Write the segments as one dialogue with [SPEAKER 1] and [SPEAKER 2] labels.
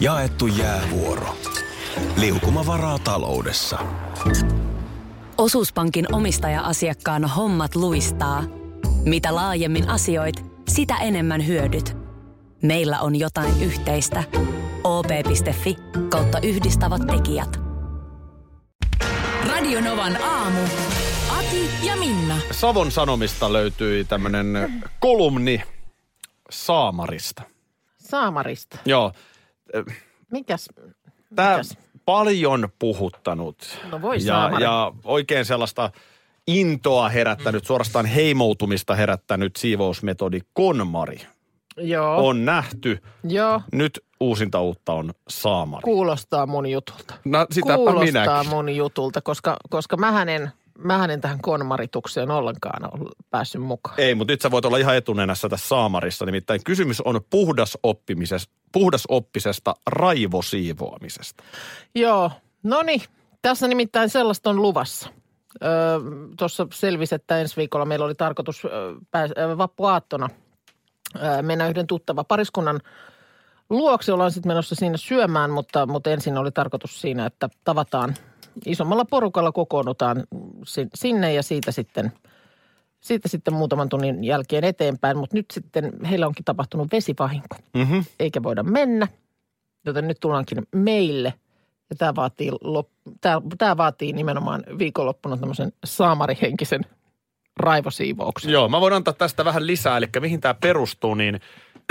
[SPEAKER 1] Jaettu jäävuoro. Liukuma varaa taloudessa.
[SPEAKER 2] Osuuspankin omistaja-asiakkaan hommat luistaa. Mitä laajemmin asioit, sitä enemmän hyödyt. Meillä on jotain yhteistä. op.fi kautta yhdistävät tekijät. Radionovan aamu. Ati ja Minna.
[SPEAKER 3] Savon Sanomista löytyi tämmöinen kolumni Saamarista.
[SPEAKER 4] Saamarista.
[SPEAKER 3] Joo.
[SPEAKER 4] Mikäs?
[SPEAKER 3] Tämä
[SPEAKER 4] Mitäs?
[SPEAKER 3] paljon puhuttanut
[SPEAKER 4] No voi
[SPEAKER 3] ja,
[SPEAKER 4] saamari.
[SPEAKER 3] ja oikein sellaista intoa herättänyt, suorastaan heimoutumista herättänyt siivousmetodi konmari
[SPEAKER 4] Joo.
[SPEAKER 3] on nähty.
[SPEAKER 4] Joo.
[SPEAKER 3] Nyt uusinta uutta on saamari.
[SPEAKER 4] Kuulostaa mun jutulta.
[SPEAKER 3] No sitäpä
[SPEAKER 4] Kuulostaa
[SPEAKER 3] minäkin.
[SPEAKER 4] mun jutulta, koska, koska mähän en, mähän en tähän konmaritukseen ollenkaan ole päässyt mukaan.
[SPEAKER 3] Ei, mutta nyt sä voit olla ihan etunenässä tässä saamarissa. Nimittäin kysymys on puhdasoppimisesta, puhdasoppisesta raivosiivoamisesta.
[SPEAKER 4] Joo, no niin. Tässä nimittäin sellaista on luvassa. Öö, Tuossa selvisi, että ensi viikolla meillä oli tarkoitus öö, pääs, öö, vappuaattona öö, mennä yhden tuttava pariskunnan luokse. Ollaan sitten menossa siinä syömään, mutta, mutta ensin oli tarkoitus siinä, että tavataan isommalla porukalla kokoonnutaan sin- sinne ja siitä sitten, siitä sitten muutaman tunnin jälkeen eteenpäin. Mutta nyt sitten heillä onkin tapahtunut vesivahinko
[SPEAKER 3] Mm-hmm.
[SPEAKER 4] eikä voida mennä, joten nyt tullaankin meille. Ja tämä vaatii, lop, tämä, tämä vaatii nimenomaan viikonloppuna tämmöisen saamarihenkisen raivosiivouksen.
[SPEAKER 3] Joo, mä voin antaa tästä vähän lisää, eli mihin tämä perustuu, niin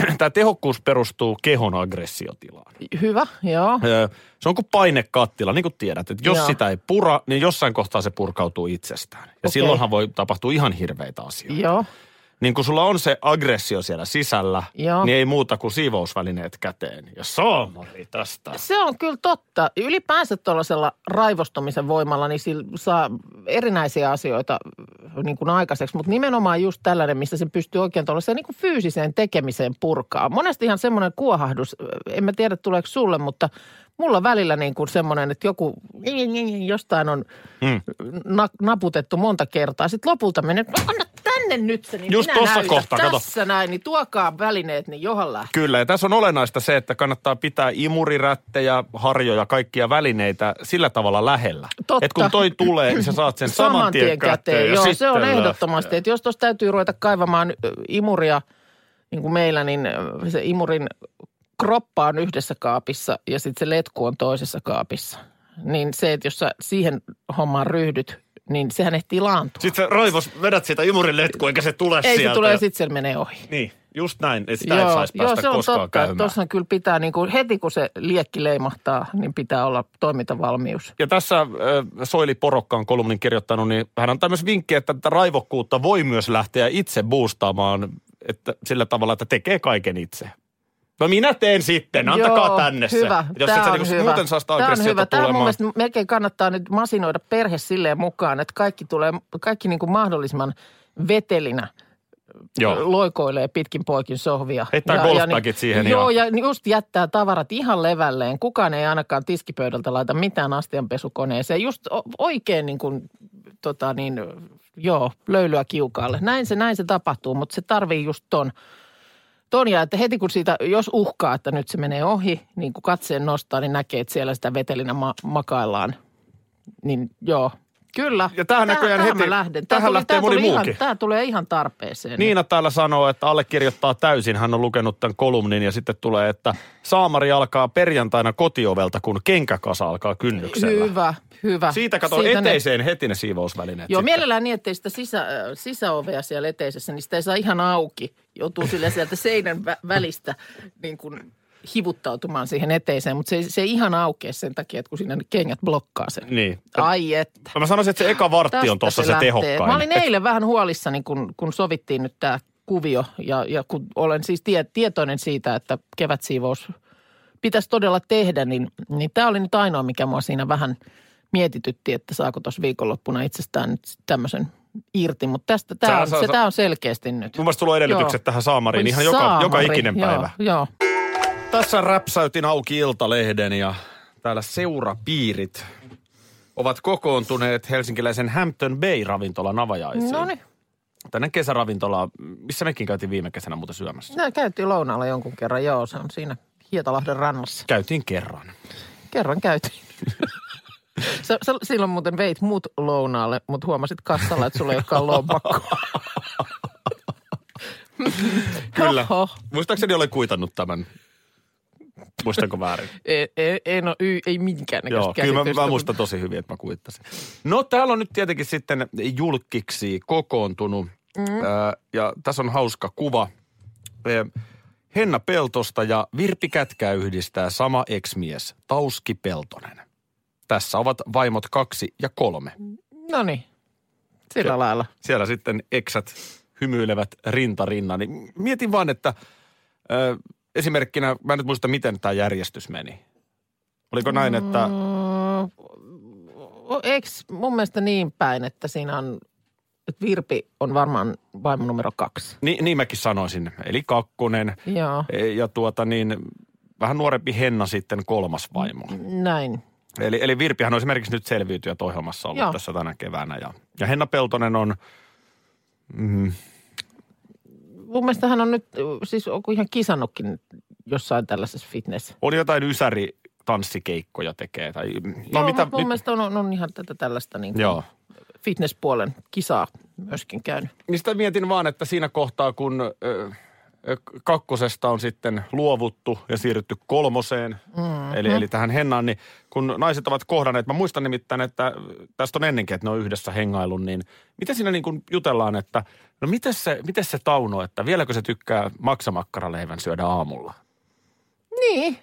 [SPEAKER 3] tämä tehokkuus perustuu kehon aggressiotilaan.
[SPEAKER 4] Hyvä, joo.
[SPEAKER 3] Öö, Se on kuin painekattila, niin kuin tiedät, että jos
[SPEAKER 4] Joo.
[SPEAKER 3] sitä ei pura, niin jossain kohtaa se purkautuu itsestään. Ja
[SPEAKER 4] Okei.
[SPEAKER 3] silloinhan voi tapahtua ihan hirveitä asioita.
[SPEAKER 4] Joo,
[SPEAKER 3] Niin kun sulla on se aggressio siellä sisällä,
[SPEAKER 4] Joo.
[SPEAKER 3] niin ei muuta kuin siivousvälineet käteen. Ja saamari tästä.
[SPEAKER 4] se on kyllä totta. Ylipäänsä tuollaisella raivostumisen voimalla niin sillä saa erinäisiä asioita niin kuin aikaiseksi, mutta nimenomaan just tällainen, missä sen pystyy oikein tuollaiseen niin kuin fyysiseen tekemiseen purkaa. Monesti ihan semmoinen kuohahdus, en mä tiedä tuleeko sulle, mutta mulla välillä niin kuin semmoinen, että joku jostain on
[SPEAKER 3] Mm.
[SPEAKER 4] na- naputettu monta kertaa. Sitten lopulta menen, "No anna tänne nyt se, niin
[SPEAKER 3] Just
[SPEAKER 4] minä
[SPEAKER 3] tossa
[SPEAKER 4] näytän
[SPEAKER 3] kohtaa, kato.
[SPEAKER 4] tässä näin, niin tuokaa välineet, niin johon lähtee.
[SPEAKER 3] Kyllä, ja tässä on olennaista se, että kannattaa pitää imurirättejä, harjoja, kaikkia välineitä sillä tavalla lähellä.
[SPEAKER 4] Totta.
[SPEAKER 3] Et kun toi tulee, niin sä saat sen saman, tien käteen. ja
[SPEAKER 4] Joo, se
[SPEAKER 3] sitten
[SPEAKER 4] on
[SPEAKER 3] lähtee.
[SPEAKER 4] ehdottomasti. Että jos tuossa täytyy ruveta kaivamaan ö, imuria, niin kuin meillä, niin ö, se imurin kroppa on yhdessä kaapissa ja sitten se letku on toisessa kaapissa. Niin se, että jos sä siihen hommaan ryhdyt, niin sehän ehtii laantua.
[SPEAKER 3] Sitten sä raivos vedät sitä imurin letkua, eikä se tule
[SPEAKER 4] Ei
[SPEAKER 3] sieltä.
[SPEAKER 4] se tule ja sitten se menee ohi.
[SPEAKER 3] Niin, just näin. Et sitä ei saisi päästä
[SPEAKER 4] se on
[SPEAKER 3] koskaan
[SPEAKER 4] totta.
[SPEAKER 3] käymään.
[SPEAKER 4] Tuossa kyllä pitää, niin kuin heti kun se liekki leimahtaa, niin pitää olla toimintavalmius.
[SPEAKER 3] Ja tässä äh, Soili Porokka on kolumnin kirjoittanut, niin hän antaa myös vinkkiä, että tätä raivokkuutta voi myös lähteä itse boostaamaan että sillä tavalla, että tekee kaiken itse. No minä teen sitten, antakaa
[SPEAKER 4] Joo,
[SPEAKER 3] tänne se.
[SPEAKER 4] hyvä.
[SPEAKER 3] Jos
[SPEAKER 4] Tää
[SPEAKER 3] et sä
[SPEAKER 4] on
[SPEAKER 3] niinku
[SPEAKER 4] hyvä.
[SPEAKER 3] muuten saa sitä
[SPEAKER 4] Tää on hyvä.
[SPEAKER 3] aggressiota
[SPEAKER 4] Tämä mun
[SPEAKER 3] tulemaan.
[SPEAKER 4] mielestä melkein kannattaa nyt masinoida perhe silleen mukaan, että kaikki tulee, kaikki niin kuin mahdollisimman vetelinä
[SPEAKER 3] Joo.
[SPEAKER 4] loikoilee pitkin poikin sohvia.
[SPEAKER 3] Heittää golfbagit siihen
[SPEAKER 4] Joo, ja
[SPEAKER 3] ja-
[SPEAKER 4] just jättää tavarat ihan levälleen. Kukaan ei ainakaan tiskipöydältä laita mitään astianpesukoneeseen. Just o- oikein niin kuin, tota niin, joo, löylyä kiukaalle. Näin se, näin se tapahtuu, mutta se tarvii just ton. Ton ja että heti kun siitä, jos uhkaa, että nyt se menee ohi, niin kun katseen nostaa, niin näkee, että siellä sitä vetelinä ma- makaillaan. Niin joo, kyllä.
[SPEAKER 3] Ja tähän näköjään
[SPEAKER 4] tähän
[SPEAKER 3] heti-
[SPEAKER 4] mä lähden.
[SPEAKER 3] tähän lähtee
[SPEAKER 4] tää
[SPEAKER 3] moni
[SPEAKER 4] tuli ihan,
[SPEAKER 3] muukin. Niin,
[SPEAKER 4] Tämä tulee ihan tarpeeseen.
[SPEAKER 3] Niina täällä sanoo, että allekirjoittaa täysin. Hän on lukenut tämän kolumnin ja sitten tulee, että saamari alkaa perjantaina kotiovelta, kun kenkäkasa alkaa kynnyksellä.
[SPEAKER 4] Hyvä, hyvä.
[SPEAKER 3] Siitä kato
[SPEAKER 4] Siitä ne-
[SPEAKER 3] eteiseen heti ne siivousvälineet.
[SPEAKER 4] Joo,
[SPEAKER 3] sitten.
[SPEAKER 4] mielellään niin, ettei sitä sisä, ö, sisäovea siellä eteisessä, niin sitä ei saa ihan auki. Joutuu sillä sieltä seinän vä- välistä niin kuin hivuttautumaan siihen eteiseen, mutta se, ei- se ei ihan aukea sen takia, että kun siinä ne kengät blokkaa sen.
[SPEAKER 3] Niin.
[SPEAKER 4] Ai että.
[SPEAKER 3] Mä sanoisin, että se eka vartti on
[SPEAKER 4] Tästä
[SPEAKER 3] tuossa se,
[SPEAKER 4] lähtee.
[SPEAKER 3] tehokkain.
[SPEAKER 4] Mä olin eilen vähän huolissani, kun, kun sovittiin nyt tämä kuvio ja, ja kun olen siis tie, tietoinen siitä, että kevätsiivous pitäisi todella tehdä, niin, niin tämä oli nyt ainoa, mikä mua siinä vähän mietitytti, että saako tuossa viikonloppuna itsestään nyt sit tämmöisen irti. Mutta tästä tämä
[SPEAKER 3] Sä-
[SPEAKER 4] on,
[SPEAKER 3] sä-
[SPEAKER 4] se,
[SPEAKER 3] sä-
[SPEAKER 4] tää on selkeästi nyt.
[SPEAKER 3] Mun mielestä sulla on edellytykset
[SPEAKER 4] Joo.
[SPEAKER 3] tähän saamariin ihan joka,
[SPEAKER 4] Saamari,
[SPEAKER 3] joka ikinen päivä.
[SPEAKER 4] Joo, joo.
[SPEAKER 3] Tässä räpsäytin auki iltalehden ja täällä seurapiirit ovat kokoontuneet helsinkiläisen Hampton Bay-ravintolan avajaisiin.
[SPEAKER 4] No niin,
[SPEAKER 3] Tänne kesäravintola, missä mekin käytiin viime kesänä muuten syömässä.
[SPEAKER 4] nämä käytiin lounaalla jonkun kerran, joo, se on siinä Hietalahden rannassa.
[SPEAKER 3] Käytiin kerran.
[SPEAKER 4] Kerran käytiin. Sä, sä silloin muuten veit mut lounaalle, mutta huomasit kassalla, että sulla ei olekaan lompakkoa.
[SPEAKER 3] Kyllä.
[SPEAKER 4] Oho.
[SPEAKER 3] Muistaakseni olen kuitannut tämän. Muistanko väärin?
[SPEAKER 4] Ei, ei, ei, no, y, ei minkäännäköistä
[SPEAKER 3] Joo, kyllä mä,
[SPEAKER 4] käsitystä,
[SPEAKER 3] mä muistan tosi hyvin, että mä kuittasin. No täällä on nyt tietenkin sitten julkiksi kokoontunut mm. ää, ja tässä on hauska kuva. Ää, Henna Peltosta ja Virpi Kätkää yhdistää sama ex-mies, Tauski Peltonen. Tässä ovat vaimot kaksi ja kolme.
[SPEAKER 4] No niin, sillä
[SPEAKER 3] Joo.
[SPEAKER 4] lailla.
[SPEAKER 3] Siellä sitten eksät hymyilevät rinta rinnan. Niin mietin vaan, että ö, esimerkkinä, mä en nyt muista miten tämä järjestys meni. Oliko näin, että...
[SPEAKER 4] Mm, eikö mun mielestä niin päin, että siinä on, että Virpi on varmaan vaimo numero kaksi.
[SPEAKER 3] Niin, niin mäkin sanoisin. Eli kakkonen
[SPEAKER 4] Joo,
[SPEAKER 3] e, ja tuota niin, vähän nuorempi Henna sitten kolmas vaimo.
[SPEAKER 4] näin.
[SPEAKER 3] Eli, eli Virpihän on esimerkiksi nyt selviytyjät ohjelmassa ollut
[SPEAKER 4] Joo.
[SPEAKER 3] tässä tänä keväänä. Ja, ja Henna Peltonen on,
[SPEAKER 4] Mun mielestä hän on nyt, siis onko ihan kisannutkin jossain tällaisessa fitness.
[SPEAKER 3] on jotain ysäri tanssikeikkoja tekee. Tai, no
[SPEAKER 4] Joo,
[SPEAKER 3] mitä,
[SPEAKER 4] mut mun mielestä on, on, on ihan tätä tällaista niin
[SPEAKER 3] Joo.
[SPEAKER 4] fitnesspuolen kisaa myöskin käynyt.
[SPEAKER 3] Niin sitä mietin vaan, että siinä kohtaa, kun ö, ö, kakkosesta on sitten luovuttu ja siirrytty kolmoseen, mm-hmm. eli, eli tähän Hennaan, niin kun naiset ovat kohdanneet, mä muistan nimittäin, että ö, tästä on ennenkin, että ne on yhdessä hengailun, niin mitä siinä niin kuin jutellaan, että no miten se, miten se Tauno, että vieläkö se tykkää maksamakkaraleivän syödä aamulla?
[SPEAKER 4] Niin,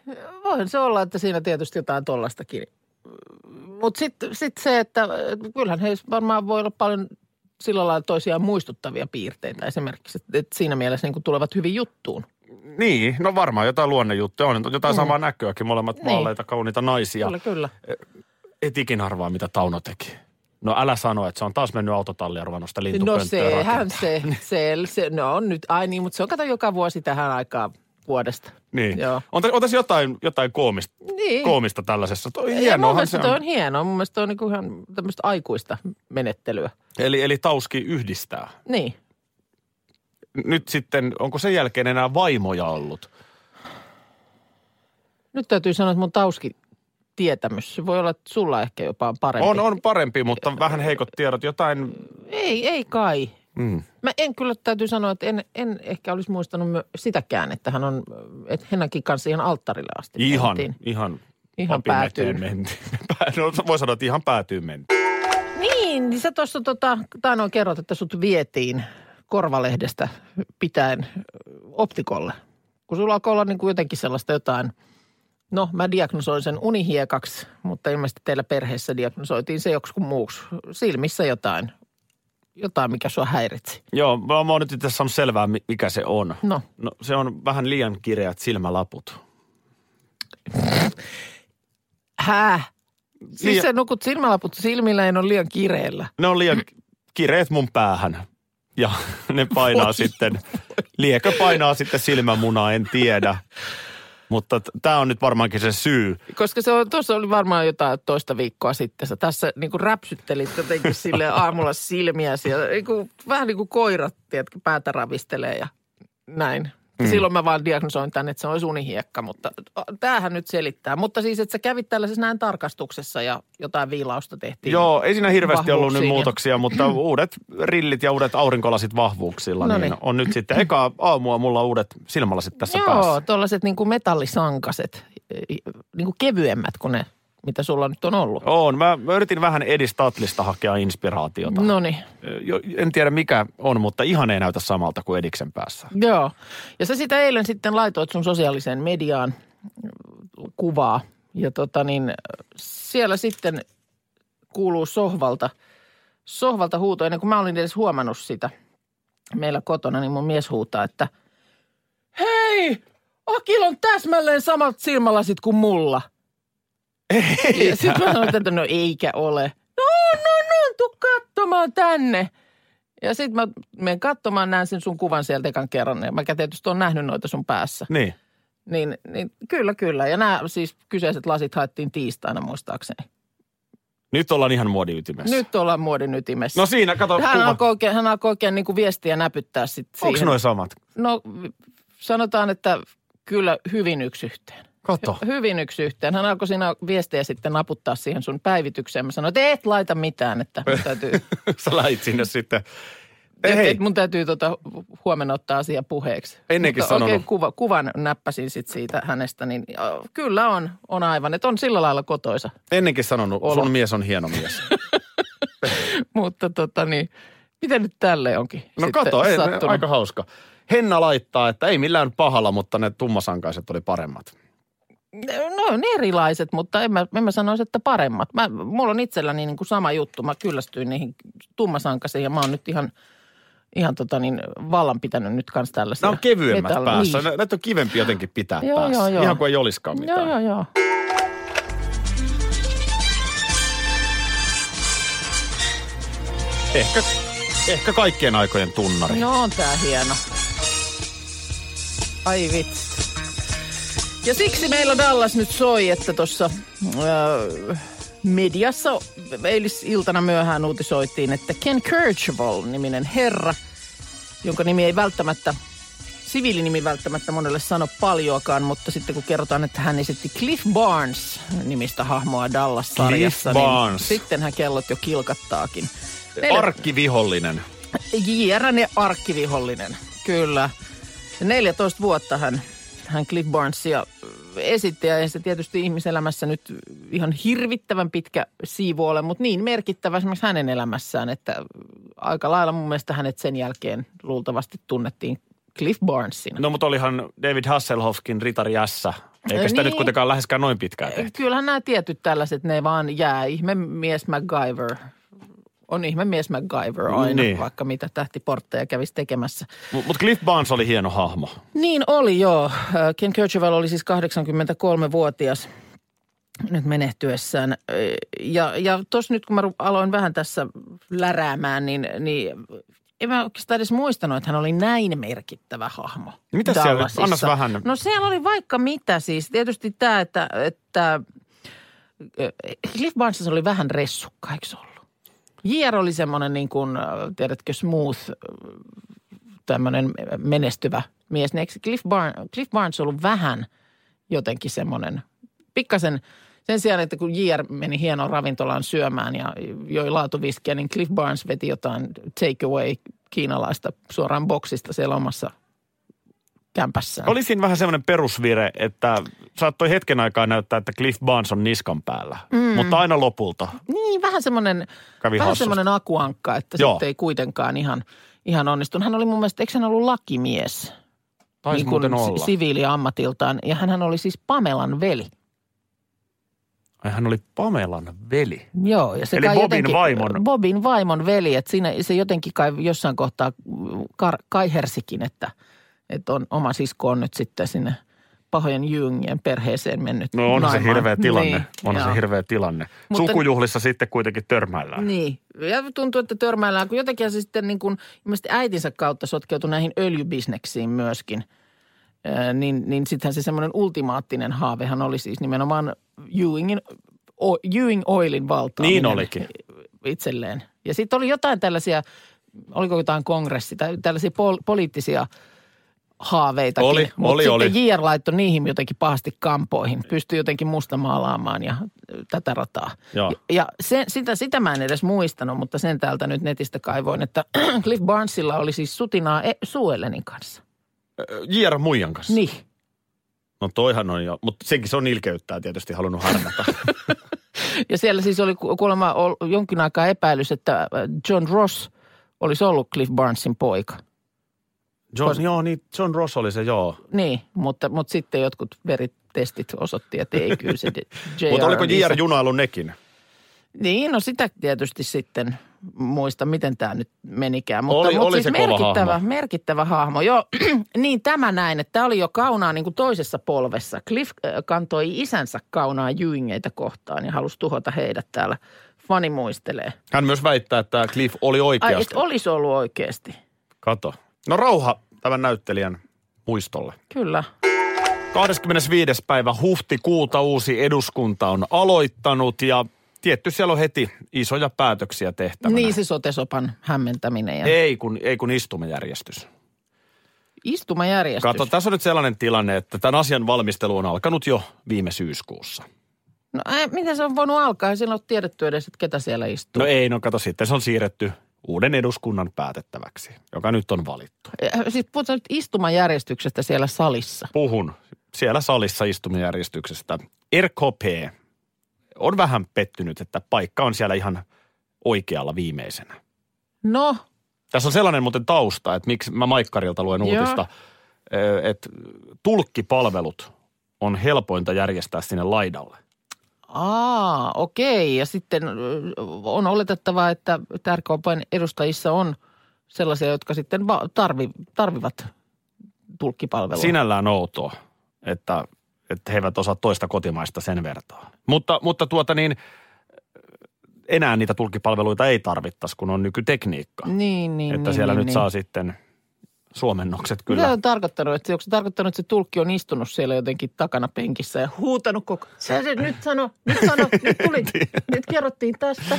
[SPEAKER 4] voihan se olla, että siinä tietysti jotain tuollaistakin. Mutta sitten sit se, että kyllähän he varmaan voi olla paljon sillä lailla toisiaan muistuttavia piirteitä esimerkiksi, että et siinä mielessä niin tulevat hyvin juttuun.
[SPEAKER 3] Niin, no varmaan jotain luonnejuttuja on, jotain mm. samaa näköäkin, molemmat niin.
[SPEAKER 4] Niin.
[SPEAKER 3] vaaleita, kauniita naisia.
[SPEAKER 4] Kyllä, kyllä.
[SPEAKER 3] Et ikin arvaa, mitä Tauno teki. No älä sano, että se on taas mennyt autotalliin ja ruvennut sitä
[SPEAKER 4] No
[SPEAKER 3] lintupönttöä rakentaa.
[SPEAKER 4] sehän se, se, se, no on nyt, ai niin, mutta se on kato joka vuosi tähän aikaan vuodesta.
[SPEAKER 3] Niin.
[SPEAKER 4] Joo.
[SPEAKER 3] On, tä- on tässä jotain, jotain koomista,
[SPEAKER 4] Niin.
[SPEAKER 3] koomista tällaisessa. Toi,
[SPEAKER 4] ja mun
[SPEAKER 3] hienoahan se
[SPEAKER 4] mielestä toi
[SPEAKER 3] on.
[SPEAKER 4] on hienoa, mun mielestä toi on niinku ihan tämmöistä aikuista menettelyä.
[SPEAKER 3] Eli, eli Tauski yhdistää.
[SPEAKER 4] Niin.
[SPEAKER 3] Nyt sitten, onko sen jälkeen enää vaimoja ollut?
[SPEAKER 4] Nyt täytyy sanoa, että mun tauski tietämys, se voi olla, että sulla ehkä jopa on parempi.
[SPEAKER 3] On, on parempi, mutta vähän heikot tiedot. Jotain,
[SPEAKER 4] Ei, ei kai.
[SPEAKER 3] mm,
[SPEAKER 4] Mä en kyllä täytyy sanoa, että en, en ehkä olisi muistanut myö- sitäkään, että hän on, että Hennakin kanssa ihan alttarille asti.
[SPEAKER 3] ihan,
[SPEAKER 4] mentiin.
[SPEAKER 3] ihan,
[SPEAKER 4] Ihan
[SPEAKER 3] papin
[SPEAKER 4] päätyyn.
[SPEAKER 3] eteen mentiin. Pää- No, voi sanoa, että ihan päätyyn mentiin.
[SPEAKER 4] Niin, niin sä tuossa tota, taanoin kerrot, että sut vietiin korvalehdestä pitäen optikolle. Kun sulla alkoi olla niin kuin jotenkin sellaista jotain, no mä diagnosoin sen unihiekaksi, mutta ilmeisesti teillä perheessä diagnosoitiin se joksikun muuksi. Silmissä jotain, jotain mikä sua häiritsi.
[SPEAKER 3] Joo, mä, mä oon nyt itse asiassa saanut selvää, mi- mikä se on.
[SPEAKER 4] No,
[SPEAKER 3] No, se on vähän liian kireät silmälaput.
[SPEAKER 4] hää? Siis
[SPEAKER 3] Liian-
[SPEAKER 4] sä nukut silmälaput silmillä, en ole liian kireellä.
[SPEAKER 3] ne on liian kireet mun päähän. Ja ne painaa sitten, liekö painaa sitten silmämunaa, en tiedä. Mutta tämä on nyt varmaankin se syy.
[SPEAKER 4] Koska se on, tuossa oli varmaan jotain toista viikkoa sitten. Sä tässä niin kuin räpsyttelit jotenkin sille aamulla silmiäsi ja niin kuin, vähän niin kuin koirat, tiedätkö, päätä ravistelee ja näin. Mm. Silloin mä vaan diagnosoin tänne, että se olisi unihiekka, mutta tämähän nyt selittää. Mutta siis, että sä kävit tällaisessa näin tarkastuksessa ja jotain viilausta tehtiin.
[SPEAKER 3] Joo, ei siinä hirveästi ollut nyt
[SPEAKER 4] Niin. Vahvuuksiin ja-
[SPEAKER 3] muutoksia, mutta uudet rillit ja uudet aurinkolasit vahvuuksilla,
[SPEAKER 4] No
[SPEAKER 3] niin
[SPEAKER 4] niin.
[SPEAKER 3] on nyt sitten. Eka aamua mulla on uudet silmälasit tässä
[SPEAKER 4] Joo,
[SPEAKER 3] päässä.
[SPEAKER 4] tuollaiset niin kuin metallisankaset, niin kuin kevyemmät kuin ne, mitä sulla nyt on ollut.
[SPEAKER 3] On. Mä, mä yritin vähän Edistatlista hakea inspiraatiota.
[SPEAKER 4] No niin.
[SPEAKER 3] Jo- En tiedä mikä on, mutta ihan ei näytä samalta kuin Ediksen päässä.
[SPEAKER 4] Joo. Ja sä sitä eilen sitten laitoit sun sosiaaliseen mediaan mm, kuvaa. Ja tota niin, siellä sitten kuuluu sohvalta, sohvalta huuto. Ennen kuin mä olin edes huomannut sitä meillä kotona, niin mun mies huutaa, että hei, Akil on täsmälleen samat silmälasit kuin mulla. Ja sitten mä sanoin, että no eikä ole. No, no, no, tuu katsomaan tänne. Ja sitten mä menen katsomaan, näen sen sun kuvan sieltä ekan kerran. Ja mä tietysti on nähnyt noita sun päässä.
[SPEAKER 3] Niin.
[SPEAKER 4] Niin, niin kyllä, kyllä. Ja nämä siis kyseiset lasit haettiin tiistaina muistaakseni.
[SPEAKER 3] Nyt ollaan ihan muodiytimessä.
[SPEAKER 4] Nyt ollaan muodin ytimessä.
[SPEAKER 3] No siinä, kato
[SPEAKER 4] hän,
[SPEAKER 3] kuva.
[SPEAKER 4] alkoi oikein, niinku hän alkoi oikein niin kuin viestiä näpyttää sitten
[SPEAKER 3] Onko
[SPEAKER 4] siihen.
[SPEAKER 3] noin samat?
[SPEAKER 4] No sanotaan, että Kyllä hyvin yksi yhteen.
[SPEAKER 5] Kato.
[SPEAKER 4] Hyvin yksi yhteen. Hän alkoi siinä viestejä sitten naputtaa siihen sun päivitykseen. Mä sanoin, että et laita mitään, että mun täytyy,
[SPEAKER 3] Sä lähit sinne sitten. Ei,
[SPEAKER 4] et,
[SPEAKER 3] hei,
[SPEAKER 4] et mun täytyy tota huomenna ottaa asia puheeksi.
[SPEAKER 3] Ennenkin
[SPEAKER 4] Mutta
[SPEAKER 3] sanonut.
[SPEAKER 4] Oikein kuva, kuvan näppäsin sit siitä hänestä, niin äh, kyllä on, on aivan, että on sillä lailla kotoisa.
[SPEAKER 3] ennenkin sanonut,
[SPEAKER 4] Olo.
[SPEAKER 3] sun mies on hieno mies.
[SPEAKER 4] Mutta tota niin, miten nyt tälle onkin
[SPEAKER 3] No
[SPEAKER 4] sitten
[SPEAKER 3] kato, ei,
[SPEAKER 4] sattunut?
[SPEAKER 3] aika hauska. Henna laittaa, että ei millään pahalla, mutta ne tummasankaiset oli paremmat.
[SPEAKER 4] No on erilaiset, mutta en mä, en mä sanoisi, että paremmat. Mä, mulla on itselläni niin kuin sama juttu. Mä kyllästyin niihin tummasankaisiin ja mä oon nyt ihan, ihan tota niin, vallan pitänyt nyt kans tällaisia.
[SPEAKER 3] Nämä on kevyemmät
[SPEAKER 4] metalli-
[SPEAKER 3] päässä.
[SPEAKER 4] Niin.
[SPEAKER 3] Niin. Näitä on kivempi jotenkin pitää
[SPEAKER 4] Joo,
[SPEAKER 3] päässä.
[SPEAKER 4] joo, joo.
[SPEAKER 3] Ihan kuin ei olisikaan mitään.
[SPEAKER 4] Joo, joo, joo.
[SPEAKER 3] Ehkä, ehkä kaikkien aikojen tunnari.
[SPEAKER 4] No on tää hieno. Ai vitsi. Ja siksi meillä Dallas nyt soi, että tuossa öö, mediassa eilisiltana myöhään uutisoitiin, että Ken Kirchhoff-niminen herra, jonka nimi ei välttämättä, siviilinimi välttämättä monelle sano paljoakaan, mutta sitten kun kerrotaan, että hän esitti Cliff Barnes-nimistä hahmoa Dallas-sarjassa,
[SPEAKER 3] Cliff Barnes.
[SPEAKER 4] niin sittenhän kellot jo kilkattaakin.
[SPEAKER 3] Arkkivihollinen.
[SPEAKER 4] Jierane arkkivihollinen, kyllä. 14 vuotta hän, hän Cliff Barnesia äh, esitti ja ei se tietysti ihmiselämässä nyt ihan hirvittävän pitkä siivu ole, mutta niin merkittävä esimerkiksi hänen elämässään, että äh, aika lailla mun mielestä hänet sen jälkeen luultavasti tunnettiin Cliff Barnesina.
[SPEAKER 3] No mutta olihan David Hasselhoffkin ritari S. Eikä
[SPEAKER 4] No
[SPEAKER 3] sitä
[SPEAKER 4] niin.
[SPEAKER 3] nyt kuitenkaan läheskään noin pitkään tehty.
[SPEAKER 4] Eh, Kyllähän nämä tietyt tällaiset, ne vaan jää. Ihme mies MacGyver. On ihme mies MacGyver aina,
[SPEAKER 3] Niin.
[SPEAKER 4] niin. vaikka mitä tähtiportteja kävisi tekemässä.
[SPEAKER 3] Mutta Cliff Barnes oli hieno hahmo.
[SPEAKER 4] Niin oli joo. Ken Kercheval oli siis 83-vuotias nyt menehtyessään. Äh, Ja, ja tuossa nyt kun mä ru- aloin vähän tässä läräämään, niin, niin en mä oikeastaan edes muistanut, että hän oli näin merkittävä hahmo.
[SPEAKER 3] Niin Mitä siellä nyt?
[SPEAKER 4] Dallasissa.
[SPEAKER 3] Annas vähän.
[SPEAKER 4] No siellä oli vaikka mitä siis. Tietysti tämä, että, että äh, Cliff Barnes oli vähän ressukka, eikö se ollut? JR oli semmoinen niin kuin, äh, tiedätkö, smooth, äh, tämmöinen menestyvä mies. Niin eikö Cliff, Barn, Cliff Barnes ollut vähän jotenkin semmoinen, pikkasen sen sijaan, että kun JR meni hienoon ravintolaan syömään ja joi laatuviskiä, niin Cliff Barnes veti jotain takeaway kiinalaista suoraan boksista siellä omassa kämpässään.
[SPEAKER 3] Oli siinä vähän semmoinen perusvire, että saattoi hetken aikaa näyttää, että Cliff Barnes on niskan päällä. Mm. Mutta aina lopulta.
[SPEAKER 4] Niin, vähän semmoinen,
[SPEAKER 3] Kävi
[SPEAKER 4] vähän
[SPEAKER 3] hassusti.
[SPEAKER 4] semmoinen akuankka, että
[SPEAKER 3] Joo.
[SPEAKER 4] Joo. sitten ei kuitenkaan ihan, ihan onnistunut. Hän oli mun mielestä, eikö hän ollut lakimies? Niin
[SPEAKER 3] Taisi
[SPEAKER 4] kun
[SPEAKER 3] muuten
[SPEAKER 4] niinku si-
[SPEAKER 3] olla.
[SPEAKER 4] Siviiliammatiltaan. Ja hän oli siis Pamelan veli.
[SPEAKER 3] Ai, hän oli Pamelan veli.
[SPEAKER 4] Joo, ja se
[SPEAKER 3] Eli
[SPEAKER 4] kai
[SPEAKER 3] Bobin
[SPEAKER 4] jotenkin,
[SPEAKER 3] vaimon.
[SPEAKER 4] Bobin vaimon veli, että siinä se jotenkin kai jossain kohtaa kar, kaihersikin, että, että on, oma sisko on nyt sitten sinne pahojen jyngien perheeseen mennyt
[SPEAKER 3] No on se
[SPEAKER 4] naimaan.
[SPEAKER 3] hirveä tilanne.
[SPEAKER 4] Niin,
[SPEAKER 3] on se
[SPEAKER 4] joo.
[SPEAKER 3] hirveä tilanne.
[SPEAKER 4] Mutta-
[SPEAKER 3] Sukujuhlissa sitten kuitenkin törmäillään.
[SPEAKER 4] Niin, ja tuntuu, että törmäillään, kun jotenkin se sitten niin kuin, ilmeisesti äitinsä kautta sotkeutui näihin öljybisneksiin myöskin. Ö, niin, niin sittenhän se semmoinen ultimaattinen haavehan oli siis nimenomaan Ewingin, o, Ewing Oilin valtaaminen.
[SPEAKER 3] Niin olikin.
[SPEAKER 4] Itselleen. Ja sitten oli jotain tällaisia, oliko jotain kongressi tai tällaisia pol, poliittisia haaveitakin.
[SPEAKER 3] Oli,
[SPEAKER 4] Mut
[SPEAKER 3] oli,
[SPEAKER 4] sitten
[SPEAKER 3] oli.
[SPEAKER 4] JR laittoi niihin jotenkin pahasti kampoihin. Pystyi jotenkin mustamaalaamaan ja ö, tätä rataa.
[SPEAKER 3] Joo.
[SPEAKER 4] Ja se, sitä, sitä mä en edes muistanut, mutta sen täältä nyt netistä kaivoin, että Cliff Barnesilla oli siis sutinaa e- Suellenin kanssa.
[SPEAKER 3] J.R. Muijan kanssa.
[SPEAKER 4] Niin.
[SPEAKER 3] No toihan on jo, mutta senkin se on ilkeyttää tietysti halunnut harnata.
[SPEAKER 4] Ja siellä siis oli ku- kuulemma ol- jonkin aikaa epäilys, että äh, John Ross olisi ollut Cliff Barnesin poika.
[SPEAKER 3] John, joo, niin John Ross oli se, joo.
[SPEAKER 4] Niin, mutta, mutta sitten jotkut veritestit osoitti, että ei kyllä se J.R.
[SPEAKER 3] Mutta oliko
[SPEAKER 4] isä-
[SPEAKER 3] J.R. junailu nekin?
[SPEAKER 4] Niin, no sitä tietysti sitten muista, miten tämä nyt menikään. Mutta,
[SPEAKER 3] Oli-
[SPEAKER 4] mutta
[SPEAKER 3] oli
[SPEAKER 4] siis
[SPEAKER 3] se kova
[SPEAKER 4] merkittävä,
[SPEAKER 3] hahmo.
[SPEAKER 4] merkittävä hahmo. Joo, niin tämä näin, että tämä oli jo kaunaa niin kuin toisessa polvessa. Cliff äh, kantoi isänsä kaunaa Ewingeitä kohtaan ja halusi tuhota heidät täällä. Fani muistelee.
[SPEAKER 3] Hän myös väittää, että Cliff oli
[SPEAKER 4] Ai, et
[SPEAKER 3] oikeasti.
[SPEAKER 4] olisi ollut oikeasti.
[SPEAKER 3] Kato. No rauha tämän näyttelijän muistolle.
[SPEAKER 4] Kyllä.
[SPEAKER 3] 25. päivä huhtikuuta uusi eduskunta on aloittanut ja tietty siellä on heti isoja päätöksiä tehtävänä.
[SPEAKER 4] Niin se sotesopan hämmentäminen. Ja...
[SPEAKER 3] Ei kun, ei kun istumajärjestys.
[SPEAKER 4] Istumajärjestys.
[SPEAKER 3] Kato, tässä on nyt sellainen tilanne, että tämän asian valmistelu on alkanut jo viime syyskuussa.
[SPEAKER 4] No ää, miten se on voinut alkaa? Ei silloin ole tiedetty edes, että ketä siellä istuu.
[SPEAKER 3] No ei, no kato, sitten se on siirretty uuden eduskunnan päätettäväksi, joka nyt on valittu.
[SPEAKER 4] Ää, Siis puhutaan nyt istumajärjestyksestä siellä salissa.
[SPEAKER 3] Puhun siellä salissa istumajärjestyksestä. RKP on vähän pettynyt, että paikka on siellä ihan oikealla viimeisenä.
[SPEAKER 4] No,
[SPEAKER 3] Tässä on sellainen muuten tausta, että miksi mä Maikkarilta luen
[SPEAKER 4] Joo.
[SPEAKER 3] uutista, ö, että tulkkipalvelut on helpointa järjestää sinne laidalle.
[SPEAKER 4] aa, okei. Ja sitten ö, on oletettavaa, että RKPn edustajissa on sellaisia, jotka sitten va- tarvi, tarvivat tulkkipalvelua.
[SPEAKER 3] Sinällään outoa, että, että he eivät osaa toista kotimaista sen vertaa. Mutta, mutta tuota niin, enää niitä tulkkipalveluita ei tarvittaisi, kun on nykytekniikka.
[SPEAKER 4] Niin, niin,
[SPEAKER 3] että
[SPEAKER 4] niin,
[SPEAKER 3] siellä
[SPEAKER 4] niin,
[SPEAKER 3] nyt
[SPEAKER 4] niin.
[SPEAKER 3] saa sitten suomennokset
[SPEAKER 4] Kyllä.
[SPEAKER 3] kyllä.
[SPEAKER 4] on tarkoittanut? Että onko se tarkoittanut, että se tulkki on istunut siellä jotenkin takana penkissä ja huutanut koko Sä se nyt sano, nyt sano, nyt tuli, nyt kerrottiin tästä.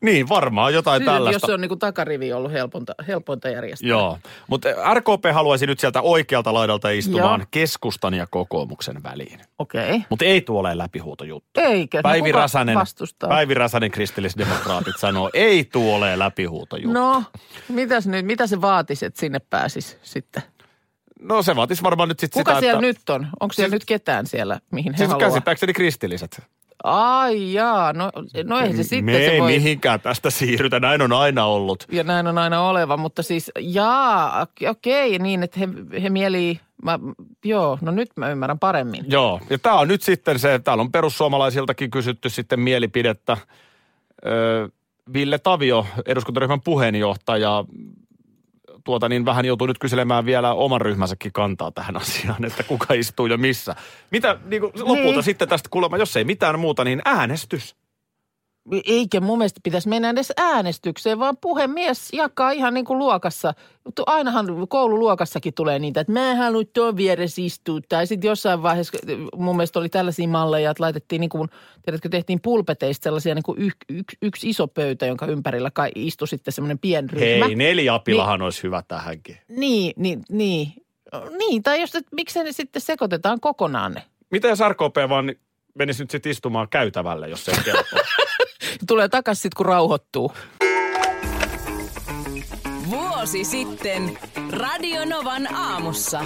[SPEAKER 3] Niin, varmaan jotain
[SPEAKER 4] Siis, että
[SPEAKER 3] tällaista.
[SPEAKER 4] jos se on niin kuin takarivi ollut helpointa, helpointa järjestää.
[SPEAKER 3] Joo, eh, mutta RKP haluaisi nyt sieltä oikealta laidalta istumaan
[SPEAKER 4] Joo.
[SPEAKER 3] keskustan ja kokoomuksen väliin.
[SPEAKER 4] Okei. Okay.
[SPEAKER 3] Mutta ei tuo ole läpihuutojuttu.
[SPEAKER 4] Eikä.
[SPEAKER 3] Päivi
[SPEAKER 4] kuka
[SPEAKER 3] Räsänen,
[SPEAKER 4] vastustaa?
[SPEAKER 3] Päivi Räsänen kristillisdemokraatit sanoo, ei tuo ole läpihuutojuttu.
[SPEAKER 4] No, mitäs nyt, mitä se vaatisi, että sinne pääsis sitten?
[SPEAKER 3] No se vaatisi varmaan nyt sit
[SPEAKER 4] Kuka
[SPEAKER 3] sitä,
[SPEAKER 4] siellä
[SPEAKER 3] että...
[SPEAKER 4] nyt on? Onko siellä nyt ketään siellä, mihin he
[SPEAKER 3] Siis
[SPEAKER 4] haluaa?
[SPEAKER 3] käsittääkseni kristilliset. Mm.
[SPEAKER 4] Ai jaa, no, no ei se sitten
[SPEAKER 3] Me
[SPEAKER 4] se
[SPEAKER 3] ei
[SPEAKER 4] voi...
[SPEAKER 3] mihinkään tästä siirrytä, näin on aina ollut.
[SPEAKER 4] Ja näin on aina oleva, mutta siis jaa, ok- okei, niin että he, he mielii, mä, joo, no nyt mä ymmärrän paremmin.
[SPEAKER 3] Joo, ja tämä on nyt sitten se, täällä on perussuomalaisiltakin kysytty sitten mielipidettä. Öö, Ville Tavio, eduskuntaryhmän puheenjohtaja, tuota niin vähän joutuu nyt kyselemään vielä oman ryhmänsäkin kantaa tähän asiaan, että kuka istuu ja missä. Mitä niin kuin lopulta
[SPEAKER 4] Niin.
[SPEAKER 3] sitten tästä kuulemma, jos ei mitään muuta, niin äänestys.
[SPEAKER 4] Eikä mun mielestä pitäisi mennä edes äänestykseen, vaan puhemies jakaa ihan niin kuin luokassa. Tu- Ainahan koululuokassakin tulee niitä, että mä en halua tuon vieressä istua. Tai sitten jossain vaiheessa mun mielestä oli tällaisia malleja, että laitettiin niin kuin, tiedätkö, tehtiin pulpeteista sellaisia niin kuin yk, yk, yksi iso pöytä, jonka ympärillä kai istui sitten semmoinen pienryhmä.
[SPEAKER 3] Hei, neliapilahan olisi hyvä tähänkin.
[SPEAKER 4] Niin, niin, niin. Niin, tai jos, että miksei ne sitten sekoitetaan kokonaan ne.
[SPEAKER 3] Mitä jos RKP vaan menisi nyt sitten istumaan käytävälle, jos se ei kelpaa?
[SPEAKER 4] Tulee takaisin sitten, kun rauhoittuu.
[SPEAKER 2] Vuosi sitten Radionovan aamussa.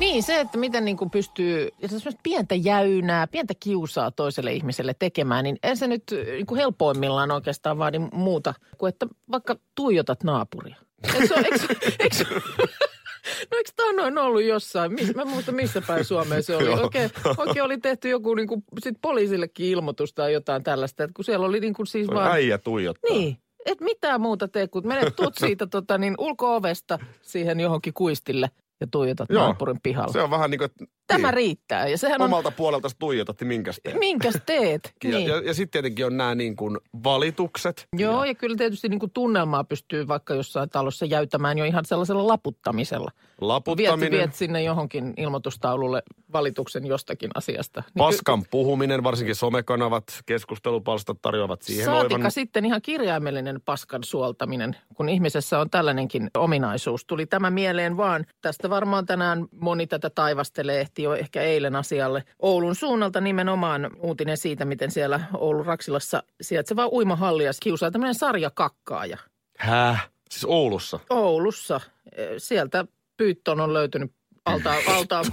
[SPEAKER 4] Niin, se, että miten niin kuin pystyy ja se semmoista pientä jäynää, pientä kiusaa toiselle ihmiselle tekemään, niin ei se nyt niin kuin helpoimmillaan oikeastaan vaadi muuta kuin, että vaikka tuijotat naapuria. Eikö se ole, eikö, se- eikö, se- no eikö tämä noin ollut jossain? Mis, mä en muista missä päin Suomea se oli. Oikein, oikein oli tehty joku niin kuin, sit poliisillekin ilmoitus tai jotain tällaista, että kun siellä oli niin kuin siis vaan...
[SPEAKER 3] Äijä tuijottaa.
[SPEAKER 4] Niin, et mitään muuta tee, kun menet tuut siitä tota, niin ulko-ovesta siihen johonkin kuistille ja tuijotat
[SPEAKER 5] Joo.
[SPEAKER 4] naapurin pihalle.
[SPEAKER 5] Se on vähän
[SPEAKER 3] niinku,
[SPEAKER 5] niin kuin, että
[SPEAKER 4] Tämä
[SPEAKER 5] niin,
[SPEAKER 4] riittää. Ja sehän on,
[SPEAKER 5] omalta puolelta tuijotatte minkäs teet.
[SPEAKER 4] minkäs teet?
[SPEAKER 5] Ja,
[SPEAKER 4] niin.
[SPEAKER 5] ja, ja sitten tietenkin on nämä niin kuin valitukset.
[SPEAKER 4] Joo, ja kyllä tietysti niin kuin tunnelmaa pystyy vaikka jossain talossa jäytämään jo ihan sellaisella laputtamisella. Kun Viet,
[SPEAKER 5] Laputtaminen,
[SPEAKER 4] viet sinne johonkin ilmoitustaululle valituksen jostakin asiasta. Niin ky-
[SPEAKER 5] paskan puhuminen, varsinkin somekanavat, keskustelupalstat tarjoavat siihen
[SPEAKER 4] Saatika
[SPEAKER 5] oivan.
[SPEAKER 4] sitten ihan kirjaimellinen paskan suoltaminen, kun ihmisessä on tällainenkin ominaisuus. Tuli tämä mieleen vaan. Tästä varmaan tänään moni tätä taivastelee, ehti jo ehkä eilen asialle. Oulun suunnalta nimenomaan uutinen siitä, miten siellä Oulun Raksilassa sijaitseva uimahallia kiusaa tämmöinen sarjakakkaaja.
[SPEAKER 5] Häh? Siis Oulussa.
[SPEAKER 4] Oulussa. eh, Sieltä Pyytton on löytynyt altaan, altaan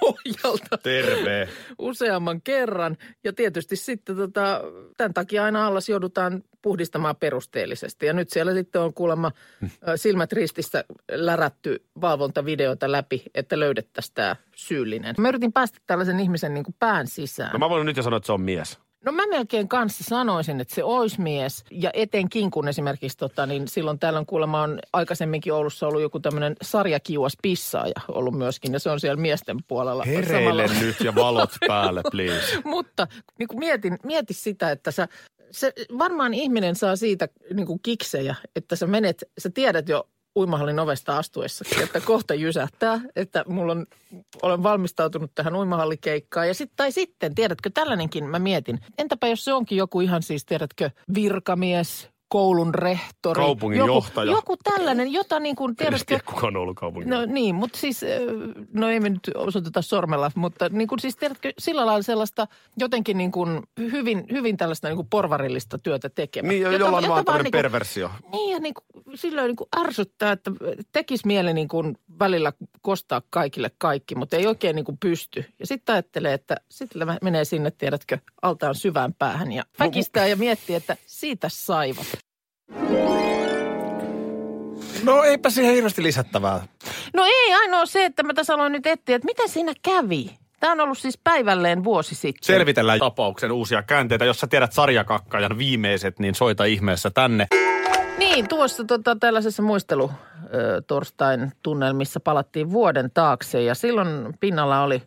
[SPEAKER 4] pohjalta
[SPEAKER 5] Terve.
[SPEAKER 4] useamman kerran. Ja tietysti sitten tota, tämän takia aina allas joudutaan puhdistamaan perusteellisesti. Ja nyt siellä sitten on kuulemma
[SPEAKER 5] Mm.
[SPEAKER 4] ö, silmät rististä lärätty valvontavideoita läpi, että löydettäisiin tämä syyllinen. Mä yritin päästä tällaisen ihmisen niin kuin pään sisään.
[SPEAKER 5] No mä voin nyt jo sanoa, että se on mies.
[SPEAKER 4] No mä melkein kanssa sanoisin, että se olisi mies. Ja etenkin kun esimerkiksi tota, niin silloin täällä on kuulemma on aikaisemminkin Oulussa ollut joku tämmöinen sarjakiuas pissaaja ollut myöskin. Ja se on siellä miesten puolella.
[SPEAKER 5] Hereille
[SPEAKER 4] samalla-
[SPEAKER 5] nyt ja valot päälle, please.
[SPEAKER 4] Mutta niin kuin mietin, mieti sitä, että sä, se, varmaan ihminen saa siitä niin kuin kiksejä, että sä menet, sä tiedät jo uimahallin ovesta astuessa, että kohta jysähtää, että mulla on, olen valmistautunut tähän uimahallikeikkaan. Ja sit, tai sitten, tiedätkö, tällainenkin mä mietin, entäpä jos se onkin joku ihan siis, tiedätkö, virkamies, koulun rehtori.
[SPEAKER 5] Kaupungin
[SPEAKER 4] joku,
[SPEAKER 5] johtaja.
[SPEAKER 4] Joku tällainen, jota niin kuin
[SPEAKER 5] En edes
[SPEAKER 4] tiedätkö...
[SPEAKER 5] tiedä, kuka on ollut kaupungin.
[SPEAKER 4] No niin, mutta siis, äh, no ei me nyt osoiteta sormella, mutta niin kuin siis tiedätkö, sillä lailla sellaista jotenkin niin kuin hyvin, hyvin tällaista niin kuin porvarillista työtä tekemää.
[SPEAKER 5] niin, jo-
[SPEAKER 4] Jota-
[SPEAKER 5] jollain
[SPEAKER 4] jota
[SPEAKER 5] vaan tämmöinen
[SPEAKER 4] niin kuin-
[SPEAKER 5] perversio.
[SPEAKER 4] Niin ja niin kuin, silloin niin kuin ärsyttää, että tekisi mieli niin kuin välillä kostaa kaikille kaikki, mutta ei oikein niin kuin pysty. Ja sitten ajattelee, että sitten menee sinne, tiedätkö, altaan syvään päähän ja väkistää ja miettii, että siitä saivat.
[SPEAKER 3] No eipä siihen hirveästi lisättävää.
[SPEAKER 4] No ei ainoa se, että mä tässä aloin nyt etsiä, että mitä siinä kävi. Tämä on ollut siis päivälleen vuosi sitten.
[SPEAKER 3] Selvitellään tapauksen uusia käänteitä. Jos sä tiedät sarjakakkajan viimeiset, niin soita ihmeessä tänne.
[SPEAKER 4] Niin, tuossa tota, tällaisessa muistelutorstain tunnelmissa palattiin vuoden taakse ja silloin pinnalla oli,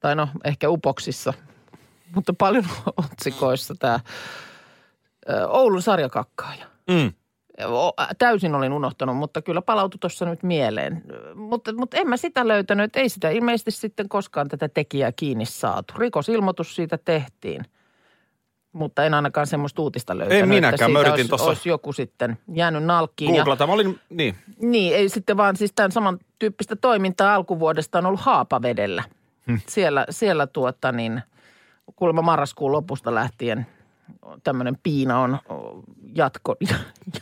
[SPEAKER 4] tai no ehkä upoksissa, mutta paljon otsikoissa tämä Oulun sarjakakkaaja.
[SPEAKER 3] Mm.
[SPEAKER 4] O- Täysin olin unohtanut, mutta kyllä palautui tuossa nyt mieleen. Ö, Mutta, mutta en mä sitä löytänyt, ei sitä ilmeisesti sitten koskaan tätä tekijää kiinni saatu. Rikosilmoitus siitä tehtiin, mutta en ainakaan semmoista uutista löytänyt. että
[SPEAKER 3] minäkään, mä
[SPEAKER 4] siitä
[SPEAKER 3] yritin
[SPEAKER 4] olisi-
[SPEAKER 3] tossa-
[SPEAKER 4] olisi joku sitten jäänyt nalkkiin. Ja,
[SPEAKER 3] Googlata. Tämä oli, niin.
[SPEAKER 4] niin, ei sitten vaan siis tämän samantyyppistä toimintaa alkuvuodesta on ollut Haapavedellä.
[SPEAKER 3] Hmm.
[SPEAKER 4] Siellä, siellä tuota niin, kuulemma marraskuun lopusta lähtien tämmöinen piina on o, jatko,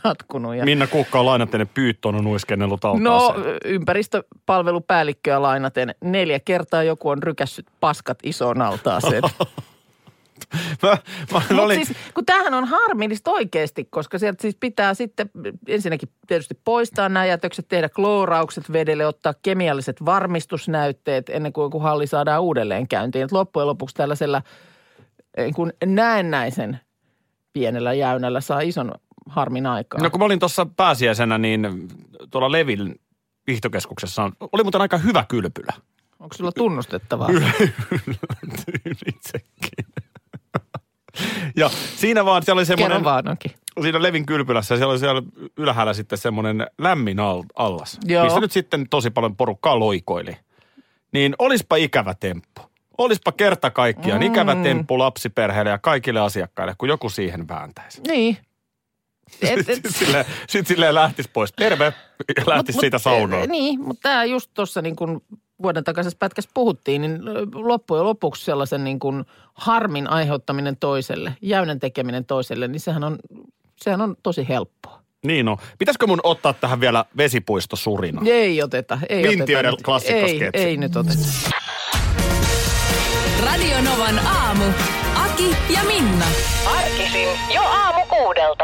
[SPEAKER 4] jatkunut. Ja,
[SPEAKER 3] Minna Kuukka on lainatteinen pyyttö on uiskennellut
[SPEAKER 4] no,
[SPEAKER 3] altaaseen.
[SPEAKER 4] ympäristöpalvelupäällikköä lainaten neljä kertaa joku on rykässyt paskat isoon altaaseen.
[SPEAKER 3] Mä, mä, mä
[SPEAKER 4] Mutta
[SPEAKER 3] olin,
[SPEAKER 4] siis, kun tämähän on harmillista oikeasti, koska sieltä siis pitää sitten ensinnäkin tietysti poistaa nämä jätökset, tehdä klooraukset vedelle, ottaa kemialliset varmistusnäytteet ennen kuin joku halli saadaan uudelleen käyntiin. Et loppujen lopuksi tällaisella eh, kun näennäisen pienellä jäynällä saa ison harmin aikaan.
[SPEAKER 3] No kun mä olin tuossa pääsiäisenä, niin tuolla Levin viihtokeskuksessa on, oli muuten aika hyvä kylpylä.
[SPEAKER 4] Onko sulla tunnustettavaa?
[SPEAKER 3] Yllätyin itsekin. Ja siinä vaan siellä oli
[SPEAKER 4] Kerro
[SPEAKER 3] semmoinen,
[SPEAKER 4] vaan onkin.
[SPEAKER 3] siinä Levin kylpylässä, siellä oli siellä ylhäällä sitten semmoinen lämmin al- allas,
[SPEAKER 4] Joo.
[SPEAKER 3] mistä nyt sitten tosi paljon porukkaa loikoili. Niin olispa ikävä temppu. Olispa kerta kaikkiaan mm. ikävä temppu lapsiperheelle ja kaikille asiakkaille, kun joku siihen vääntäisi.
[SPEAKER 4] Niin. Et, et,
[SPEAKER 3] Sitten silleen, sit silleen lähtisi pois. Terve, ja lähtisi
[SPEAKER 4] Mut-
[SPEAKER 3] siitä
[SPEAKER 4] mut,
[SPEAKER 3] saunaan.
[SPEAKER 4] eh, Niin, mutta tämä just tuossa niin kun vuoden takaisessa pätkässä puhuttiin, niin ö, loppujen lopuksi sellaisen niin kun harmin aiheuttaminen toiselle, jäynen tekeminen toiselle, niin sehän on, sehän on tosi helppoa.
[SPEAKER 3] Niin on. Pitäisikö mun ottaa tähän vielä vesipuistosurina?
[SPEAKER 4] Ei oteta, ei
[SPEAKER 3] Vintiöiden
[SPEAKER 4] oteta. nyt.
[SPEAKER 3] klassikkosketsi.
[SPEAKER 4] Ei, ei nyt oteta.
[SPEAKER 2] Radio Novan aamu. Aki ja Minna.
[SPEAKER 6] Arkisin jo aamu kuudelta.